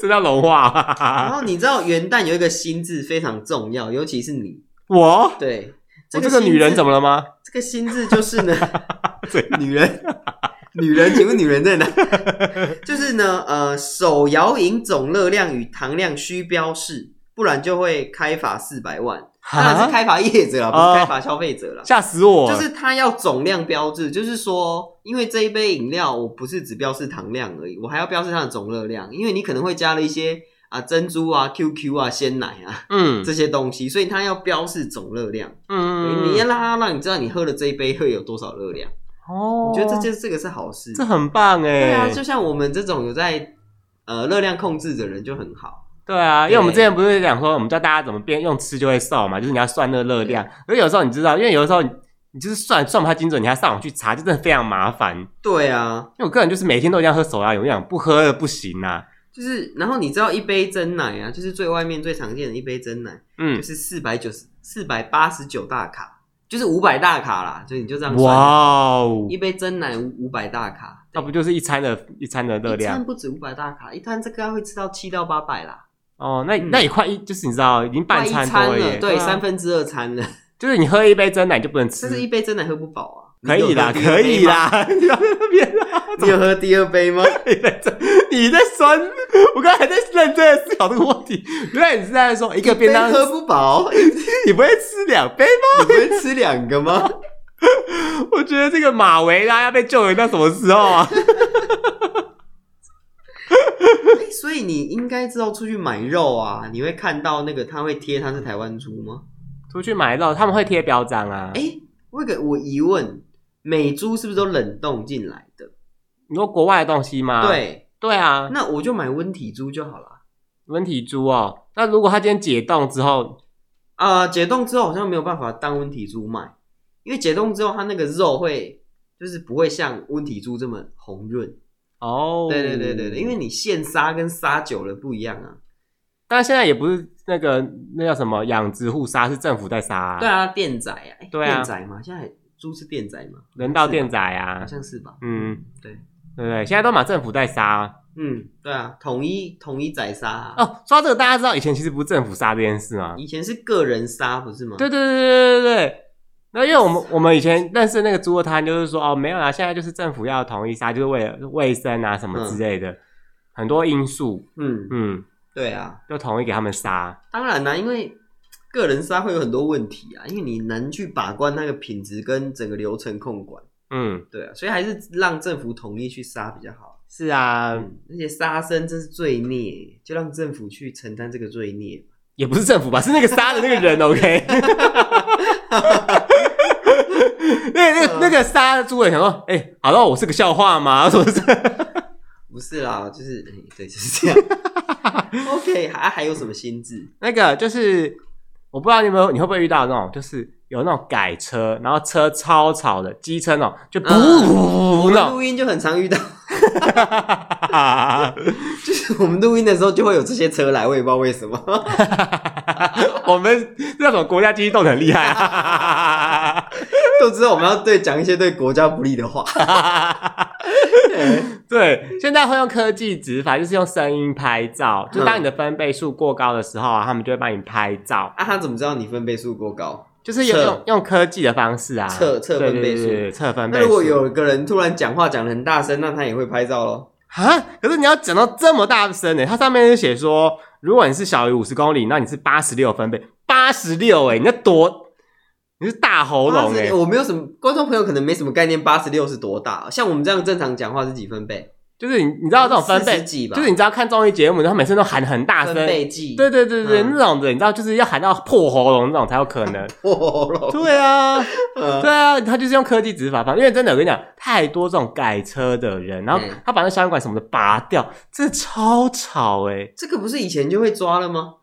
真叫融 然化。 后你知道元旦有一个心字非常重要，尤其是你我我对哦这个女人怎啊么么了吗？ 这个心字就是呢怎？女人女人，请问女人 在哪？就是呢，呃，手摇饮总热量与糖量需标示，不然就会开罚四百万。当然是啊开罚业者啦，不哦是开罚消费者啦。吓死我！就是它要总量标志，就是说，因为这一杯饮料，我不是只标示糖量而已，我还要标示它的总热量，因为你可能会加了一些啊珍珠啊、QQ 啊、鲜奶啊嗯这些东西，所以它要标示总热量。嗯，你要让它让你知道你喝了这一杯会有多少热量，哦，我觉得这件这个是好事。这很棒哎，对啊，就像我们这种有在呃热量控制的人就很好。对啊，因为我们对之前不是讲说，我们教大家怎么变用吃就会瘦嘛，就是你要算那个热量。而有时候你知道，因为有的时候你你就是算算不太精准，你还上网去查，就真的非常麻烦。对啊，因为我个人就是每天都一定要喝手摇饮，我想不喝了不行啊。就是然后你知道一杯真奶啊，就是最外面最常见的一杯真奶，就嗯，是四百九十四百八十九大卡，就是五百大卡啦，所以你就这样哇算，哦，一杯真奶五百大卡，那不就是一餐的一餐的热一餐量不止五百大卡，一餐这个会吃到七到八百啦，哦？那嗯那也快一就是你知道已经半快一餐多餐了耶了，，对，啊嗯三分之二餐了，就是你喝一杯真奶你就不能但是一吃，杯真奶喝不饱啊，可以啦，你有喝可第二杯以吗，啦，你要在那边 啊，你有喝第二杯 吗？你在这 你在酸，我刚才在认真的思考这个问题，原来你是在说一个便当 一杯喝不饱，你你不会吃两杯吗？不会吃两个吗？ 我觉得这个马维拉要被救援到什么时候 啊？欸所以你应该知道出去买肉啊，你会看到那个他会贴它是台湾猪吗？出去买肉他们会贴标章啊。哎、我有个我疑问，美猪是不是都冷冻进来的？你说国外的东西吗？对，对啊，那我就买温体猪就好了。温体猪哦。那如果它今天解冻之后，啊、解冻之后好像没有办法当温体猪卖，因为解冻之后它那个肉会就是不会像温体猪这么红润。哦，对对对对对，因为你现杀跟杀久了不一样啊。但现在也不是那个那叫什么养殖户杀，是政府在杀、啊，对，啊，电宰啊，欸对啊电宰嘛，现在猪是电宰嘛，人道是吧电宰啊好，像是吧？嗯，对对不对？现在都把政府在杀啊、嗯，对啊，统一统一宰杀、啊。哦。说到这个，大家知道以前其实不是政府杀这件事吗？以前是个人杀，不是吗？对对对对对对。那因为我们我们以前认识那个猪肉摊，就是说哦没有啦，现在就是政府要统一杀，就是为了卫生啊什么之类的、很多因素，嗯，嗯，对啊，就统一给他们杀。当然啦，因为个人杀会有很多问题啊，因为你难去把关那个品质跟整个流程控管，嗯，对啊，所以还是让政府统一去杀比较好。是啊，嗯，而且杀生真是罪孽，就让政府去承担这个罪孽吧。也不是政府吧，是那个杀的那个人，OK。那个那个那个杀的猪人想说，哎、好了，我是个笑话吗？ 说是不是啦，就是、 哎对，就是这 样。OK，还还有什么心智？那个就是，我不知道你有没有，你会不会遇到那种，就是有那种改车，然后车超吵的，机车那种嗯就不我不们那种，录音就很常遇到，哈，就是我们录音的时候就会有这些车来，我也不知道为什么。 我们那种国家机动很厉害、啊，都知道我们要对讲一些对国家不利的话。对，现在会用科技执法，就是用声音拍照，就嗯当你的分贝数过高的时候啊，他们就会帮你拍照，啊，他怎么知道你分贝数过高？就是用测用用科技的方式啊，测测分对贝对数对对测分贝那数。如果有一个人突然讲话讲得很大声，那他也会拍照咯。啊，可是你要讲到这么大声欸呢、它上面是写说，如果你是小于五十公里，那你是八十六分贝，八十六哎，你那多，你是大喉咙哎、 80我没有什么观众朋友可能没什么概念，八十六是多大？像我们这样正常讲话是几分贝？就是你你知道这种分40贝，几吧？就是你知道看综艺节目，然后每次都喊很大声分，贝计，对对对对，嗯那种的，你知道就是要喊到破喉咙那种才有可 能。哦咯，对啊，嗯对啊，他就是用科技执法方，因为真的我跟你讲，太多这种改车的人，然后嗯他把那消音管什么的拔掉，真的超吵哎、这个不是以前就会抓了吗？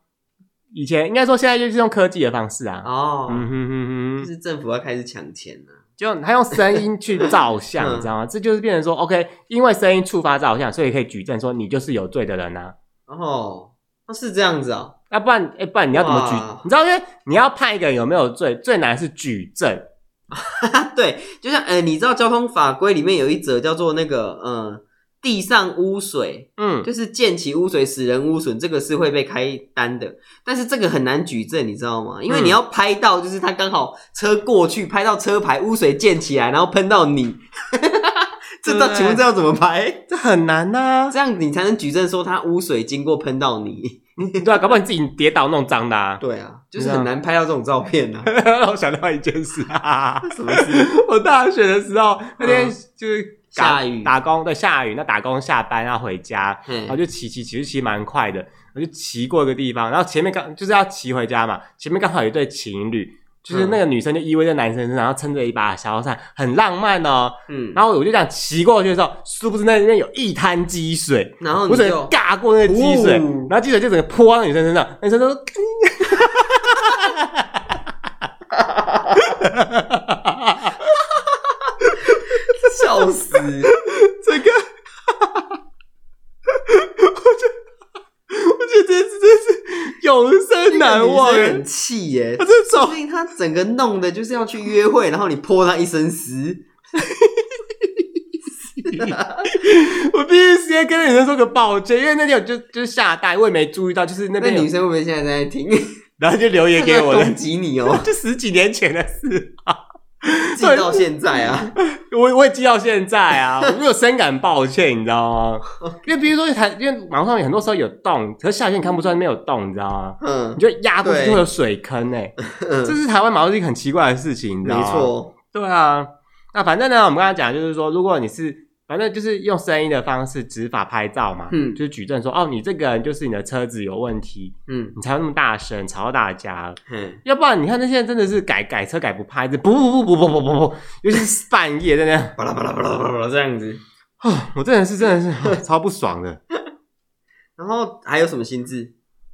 以前应该说现在就是用科技的方式啊，哦，嗯哼哼哼，就是政府要开始抢钱了。就他用声音去照相，嗯你知道吗？这就是变成说，OK，因为声音触发照相，所以可以举证说你就是有罪的人啊。哦，那是这样子哦。 那、不然，哎、不然你要怎么举哇？你知道，因为你要判一个人有没有罪，最难是举证。对，就像呃，你知道交通法规里面有一则叫做那个呃，地上污水嗯，就是溅起污水使人污损，这个是会被开单的，但是这个很难举证，你知道吗？因为嗯你要拍到，就是他刚好车过去，拍到车牌污水溅起来，然后喷到你， 这到对请问这要怎么拍？这很难啊呐、这样你才能举证说它污水经过喷到你。对啊，搞不好你自己跌倒弄脏的、啊。 对啊，就是很难拍到这种照片呐、啊。让 我想到一件事， 哈哈哈 什么事？我大学的时候那天就是打下雨打工，对，嗯下雨，那打工下班要回家， 嘿然后就骑骑骑，就骑蛮快的，我就骑过一个地方，然后前面刚就是要骑回家嘛，前面刚好有一对情侣。就是那个女生就依偎在男生身上，然后撑着一把小伞，很浪漫哦。嗯，然后我就这样骑过去的时候，殊不知那边有一滩积水，然后我你整就个尬过那个积水，哦然后积水就整个泼到那女生身上，那女生就说：“ 笑死，整个，我觉得，我觉得这件事真是永生难 忘欸那个女哎生很！气耶、他这说种不定他整个弄的就是要去约会，然后你泼他一身 屎，我必须直接跟那女生说个抱歉，因为那天我就就是下大雨，我也没注意到，就是那那边女有，生会不会现在在 听？然后就留言给我她在攻了，击你 哦，就十几年前的事，记到现在 啊，我我也记到现在啊，我没有深感抱歉，你知道吗？因为比如说台，因为马路上有很多时候有洞，可是下线看不出来没有洞，你知道吗？嗯你，就压过去对会有水坑哎、嗯这 是台湾马路是一个很奇怪的事情，你知道没吗？错，对啊，那反正呢，我们刚才讲的就是说，如果你是反正就是用声音的方式执法拍照嘛，嗯就是举证说哦，你这个人就是你的车子有问题，嗯，你才会那么大声吵到大家。嘿，要不然你看那些人真的是改改车改不拍，这不不不不不不不不，尤其是半夜在那，巴拉巴拉巴拉巴拉巴拉这样子。啊 我真的是真的是 啊超不爽的。然后还有什么心智？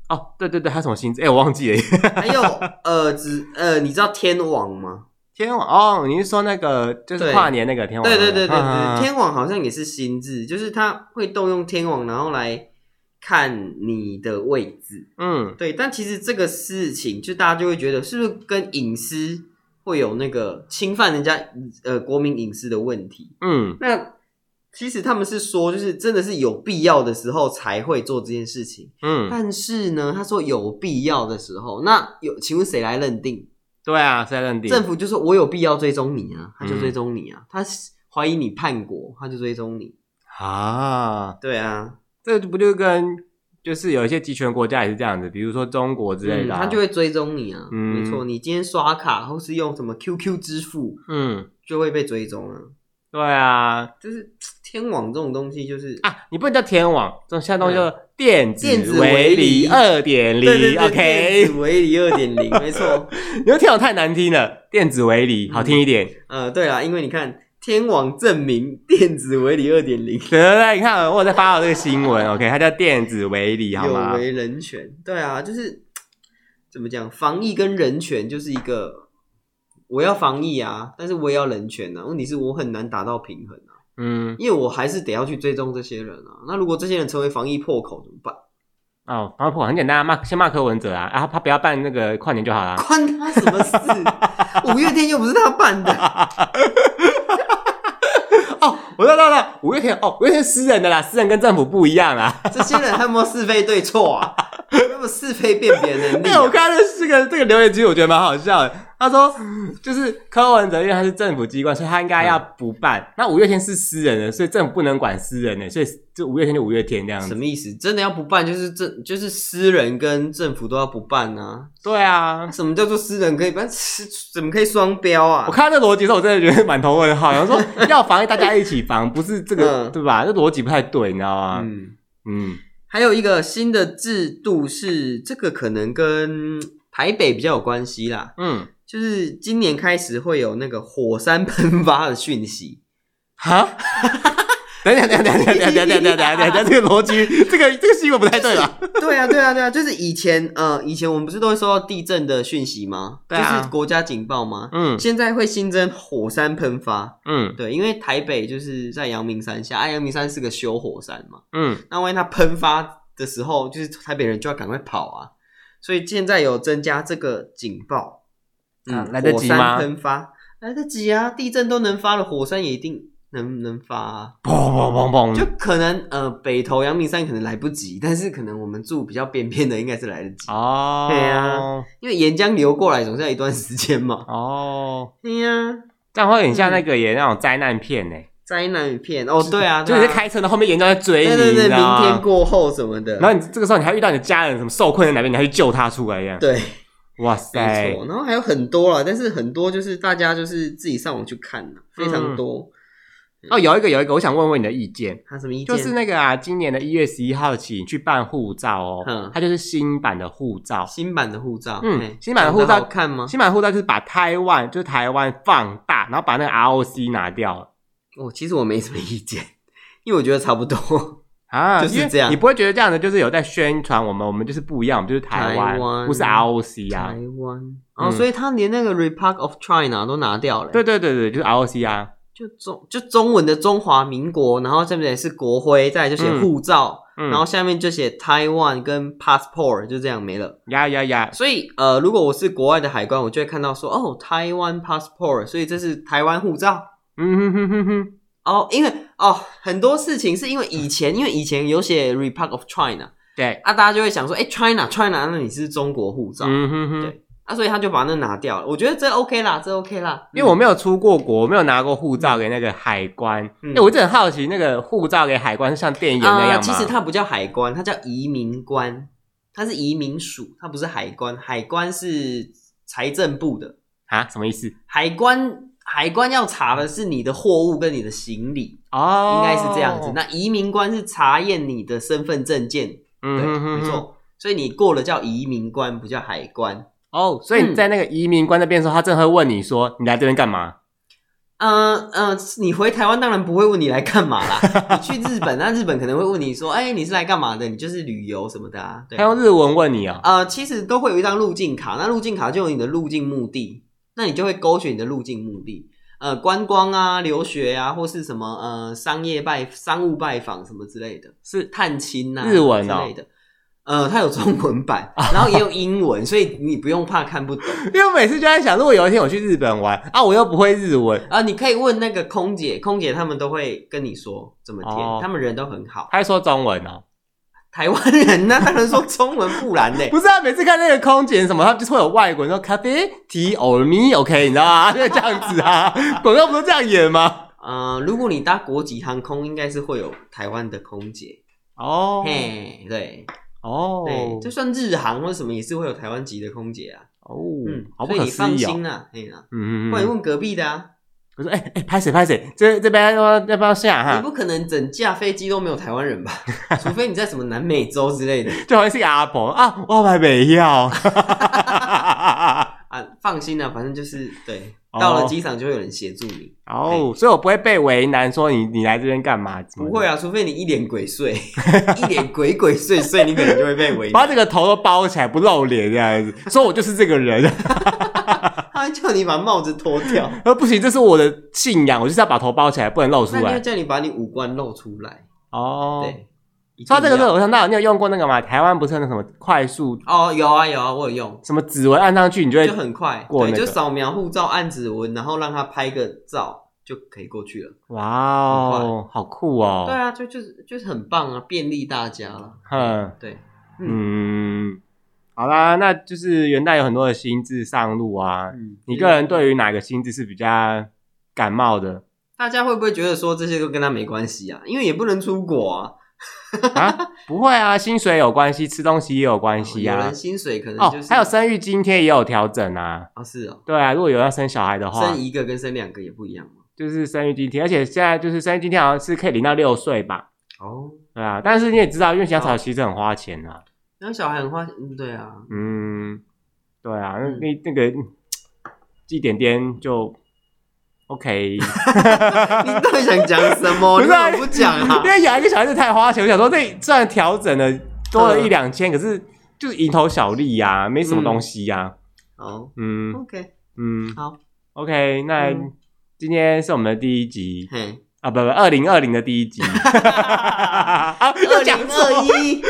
哦，对对对，还有什么星座？哎、我忘记了。 还有呃，只呃，你知道天网吗？天王哦，你是说那个就是对跨年那个天王？对对对对嗯 对，天网好像也是心智，就是它会动用天网，然后来看你的位置。嗯，对，但其实这个事情，就大家就会觉得是不是跟隐私会有那个侵犯人家呃国民隐私的问题？嗯那其实他们是说，就是真的是有必要的时候才会做这件事情。嗯，但是呢，他说有必要的时候，那有请问谁来认定？对啊，是在认定政府就说我有必要追踪你啊，他就嗯追踪你啊，他怀疑你叛国，他就追踪你。啊。对啊，这不就跟就是有一些集权国家也是这样子，比如说中国之类嗯，的、啊他就会追踪你啊，嗯没错，你今天刷卡或是用什么 QQ 支付嗯，就会被追踪啊。对啊就是天网这种东西，就是啊，你不能叫天网，这种现在东西叫电嗯电子子围篱篱二点对对零对电，OK，子围篱二点零，没错。 你说天网太难听了，电子围篱好听一点，呃，对啦，因为你看天网证明电子围篱二点零对对对，你看我有在发了这个新闻，OK，它叫电子围篱， 好有吗？违人权，对啊，就是怎么讲，防疫跟人权就是一个，我要防疫啊，但是我也要人权啊。问题是我很难达到平衡啊，嗯，因为我还是得要去追踪这些人啊。那如果这些人成为防疫破口怎么办？哦，然后很简单啊，骂先骂柯文哲啊，啊，他不要办那个跨年就好了。关他什么事？五月天又不是他办的，哦，我知道知道知道，五月天哦，五月天私人的啦，私人跟政府不一样啦。这些人还有没有是非对错啊？有没有是非辨别能力哎、啊、我看这这个这个留言，其实我觉得蛮好笑的。他说，就是柯文哲，因为他是政府机关，所以他应该要补办。那五月天是私人的，所以政府不能管私人的，所以就五月天就五月天这样什子。么意思？真的要不办，就是政就是私人跟政府都要不办啊？对啊，什么叫做私人可以办？怎么可以双标啊？我看到这逻辑的时候，我真的觉得满头问号。然后 说要防疫，大家一起防，不是这个、嗯对吧？这逻辑不太对，你知道吗？嗯，嗯还有一个新的制度是，这个可能跟台北比较有关系啦，嗯，就是今年开始会有那个火山喷发的讯息。哈、 等一下，等一下，等一下，等一下，等一下，等一下，等一下，这个逻辑，这个这个新闻不太对吧？对啊，对啊，对啊，就是以前呃，以前我们不是都会收到地震的讯息吗？对啊就是国家警报吗？嗯现在会新增火山喷发，嗯对，因为台北就是在阳明山下，啊，阳明山是个修火山嘛，嗯，那万一它喷发的时候，就是台北人就要赶快跑啊。所以现在有增加这个警报，嗯啊来得及吗火山喷发来得及啊，地震都能发了，火山也一定能能发啊。砰砰砰砰，就可能呃，北投、阳明山可能来不及，但是可能我们住比较边边的，应该是来得及，哦，对啊 因为岩浆流过来总是要一段时间嘛。哦，对呀、这样会很像那个也那种灾难片呢、灾难与骗哦，对 啊，就对你啊在开车，然后后面严重在追你，对对对，你知道吗明天过后什么的，然后你这个时候你还遇到你的家人什么受困在哪边，你还去救他出来一样。 对，哇没塞，错，然后还有很多啦，但是很多就是大家就是自己上网去看啦，非常多。哦，有一个有一个，我想问问你的意见，他什么意见？就是那个啊，今年的一月十一号起你去办护照哦，嗯它就是新版的护照。新版的护照，嗯嘿新版的护照长得好看吗？新版的护照就是把台湾就是台湾放大，然后把那个 ROC 拿掉了哦，其实我没什么意见，因为我觉得差不多。啊，就是因为这样你不会觉得这样的就是有在宣传我们，我们就是不一样，我们就是台台湾湾，不是 ROC 啊 台。湾，哦，嗯所以他连那个 Republic of China 都拿掉了，对，对对对，就是 ROC 啊，就中就中文的中华民国，然后这边也是国徽，再来就写嗯护照，嗯然后下面就写台湾跟 passport，就这样没了。呀呀呀，所以呃，如果我是国外的海关，我就会看到说，哦，台湾 passport，所以这是台湾护照。嗯哼哼哼哼，哦，因为哦，很多事情是因为以前，因为以前有写 Republic of China 对，啊，大家就会想说，哎，China China，那你是中国护照、嗯哼哼对。啊，所以他就把那拿掉了。我觉得这 OK 啦，这 OK 啦，因为我没有出过国，我没有拿过护照给那个海关。哎、嗯我一直很好奇，那个护照给海关是像电影那样吗？啊，其实它不叫海关，它叫移民官，它是移民署，它不是海关，海关是财政部的，啊，什么意思？海关海关要查的是你的货物跟你的行李。哦，应该是这样子。那移民官是查验你的身份证件，对，嗯哼哼没。错。所以你过了叫移民官，不叫海关。哦，所以在那个移民官那边的时候，他真的会问你说：“你来这边干嘛嗯、嗯、你回台湾当然不会问你来干嘛啦。你去日本，那日本可能会问你说：“哎、你是来干嘛的？你就是旅游什么的啊。”？”对他，用日文问你哦。呃，其实都会有一张路径卡，那路径卡就有你的路径目的，那你就会勾选你的路径目的。呃，观光啊、留学啊，或是什么呃商业拜、商务拜访什么之类的，是探亲呐、日文之哦类的。呃，它有中 文版，然后也有英文，所以你不用怕看不懂。 因为我每次就在想，如果有一天我去日本玩啊，我又不会日文，啊、你可以问那个空姐，空姐他们都会跟你说怎么填，哦他们人都很好。他会说中文哦。台湾人那当然说中文不然嘞， 不是啊，每次看那个空姐什么，他们就是会有外国人说咖啡 tea or me，OK，、你知道吗？ 就这样子啊，广告不是这样演吗？呃，如果你搭国际航空，应该是会有台湾的空姐。哦，嘿，对哦，对，就算日航或什么也是会有台湾籍的空姐啊。哦，嗯，好不所以可你思放议哦心。啦，嘿啦，嗯嗯不然嗯，你问隔壁的啊，我说哎哎，拍谁拍谁，这这边要不要要不要下你哈？不可能整架飞机都没有台 湾人吧？除非你在什么南美洲之类的就好像是个阿婆啊，我买没 要。啊。放心啦，反正就是对，哦到了机场就会有人协助你。哦，所以我不会被为难，说你你来这边干嘛？怎么不会啊，啊，除非你一脸鬼祟， 一脸鬼鬼祟祟，你可能就会被 围把难。这个头都包起来，不露脸这样子，说我就是这个人。他会叫你把帽子脱掉，呃，不行，这是我的信仰，我就是要把头包起来，不能露出那就来。叫你把你五官露出来。哦，对，一定说到这个时要候，我想到你有用过那个吗？台湾不是有那什么快速哦，有啊有啊，我有用。什么指纹按上去，你就会就很快，哎过那对，个就扫描护照、按指纹，然后让他拍个照就可以过去了。哇哦，好酷哦。对啊，就就是就是很棒啊，便利大家了。哼对，嗯，好啦，那就是元旦有很多的新字上路啊。嗯，你个人对于哪个新字是比较感冒的大家会不会觉得说这些都跟他没关系啊？因为也不能出国啊，啊？不会啊，薪水有关系，吃东西也有关系有啊人。薪水可能哦就是、，还有生育津贴也有调整啊。啊是哦，对啊，如果有要生小孩的话生，一个跟生两个也不一样嘛。就是生育津贴，而且现在就是生育津贴好像是可以领到六岁吧？哦，对啊，但是你也知道，因为小草其实很花钱啊。那小孩很花，嗯，对啊，嗯，对啊，那嗯那那个一点点就 OK。你到底想讲什 么？不你是啊怎么不讲啊因？为 养一个小孩子太花钱，我想说那虽然调整了多了一两千，嗯可是就是蝇头小利呀、没什么东西呀、好嗯哦，OK，嗯，好，OK，那、嗯今天是我们的第一集嘿，啊，不不，二零二零的第一 集啊，二又讲零错，二一，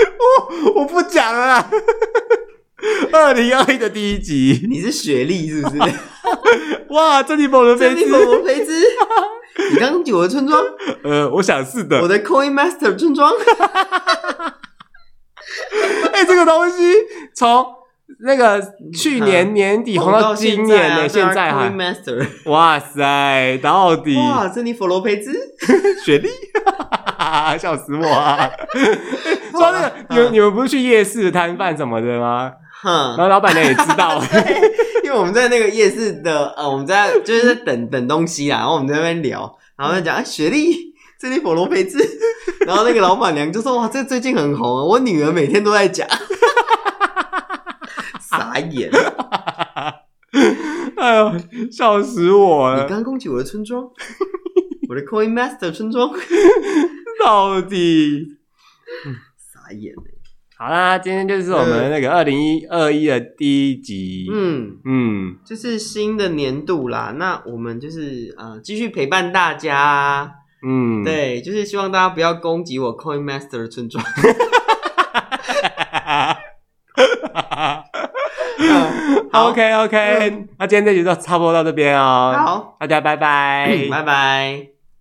我不讲了啦。 二零二一的第一集，你是雪莉是 不是？哇，珍妮佛伦珍菲妮兹，佛 培兹，你刚刚举我的村庄，呃，我想是 我的，的 Coin Master 村庄，哎、这个东西从那个去年年底红到今年呢、呢，现在啊还还啊 Master，哇塞，到底哇，珍妮佛罗培兹，雪莉， 笑死我 啊！说那个，你嗯们你们不是去夜市摊贩什么的吗？然 哼，后老板娘也知 道，对，因为我们在那个夜市的，呃，我们在就是在等等东西啦，然后我们在那边聊，然后就讲，哎，雪莉，珍妮佛罗培兹， 然后那个老板娘就说，哇，这最近很红啊，我女儿每天都在讲，傻眼，你哎呦，笑死我了！刚攻击我的村庄，我的 Coin Master 村庄， 到底傻眼欸，好啦，今天就是我们那个二零一二一的第一集。嗯。嗯，就是新的年度啦，那我们就是呃继续陪伴大家啊，嗯，， 对，就是希望大家不要攻击我 Coin Master 的村庄， 好 OK OK，、那今天这集就差不多到这边哦。，嗯好，大嗯家拜拜，拜拜。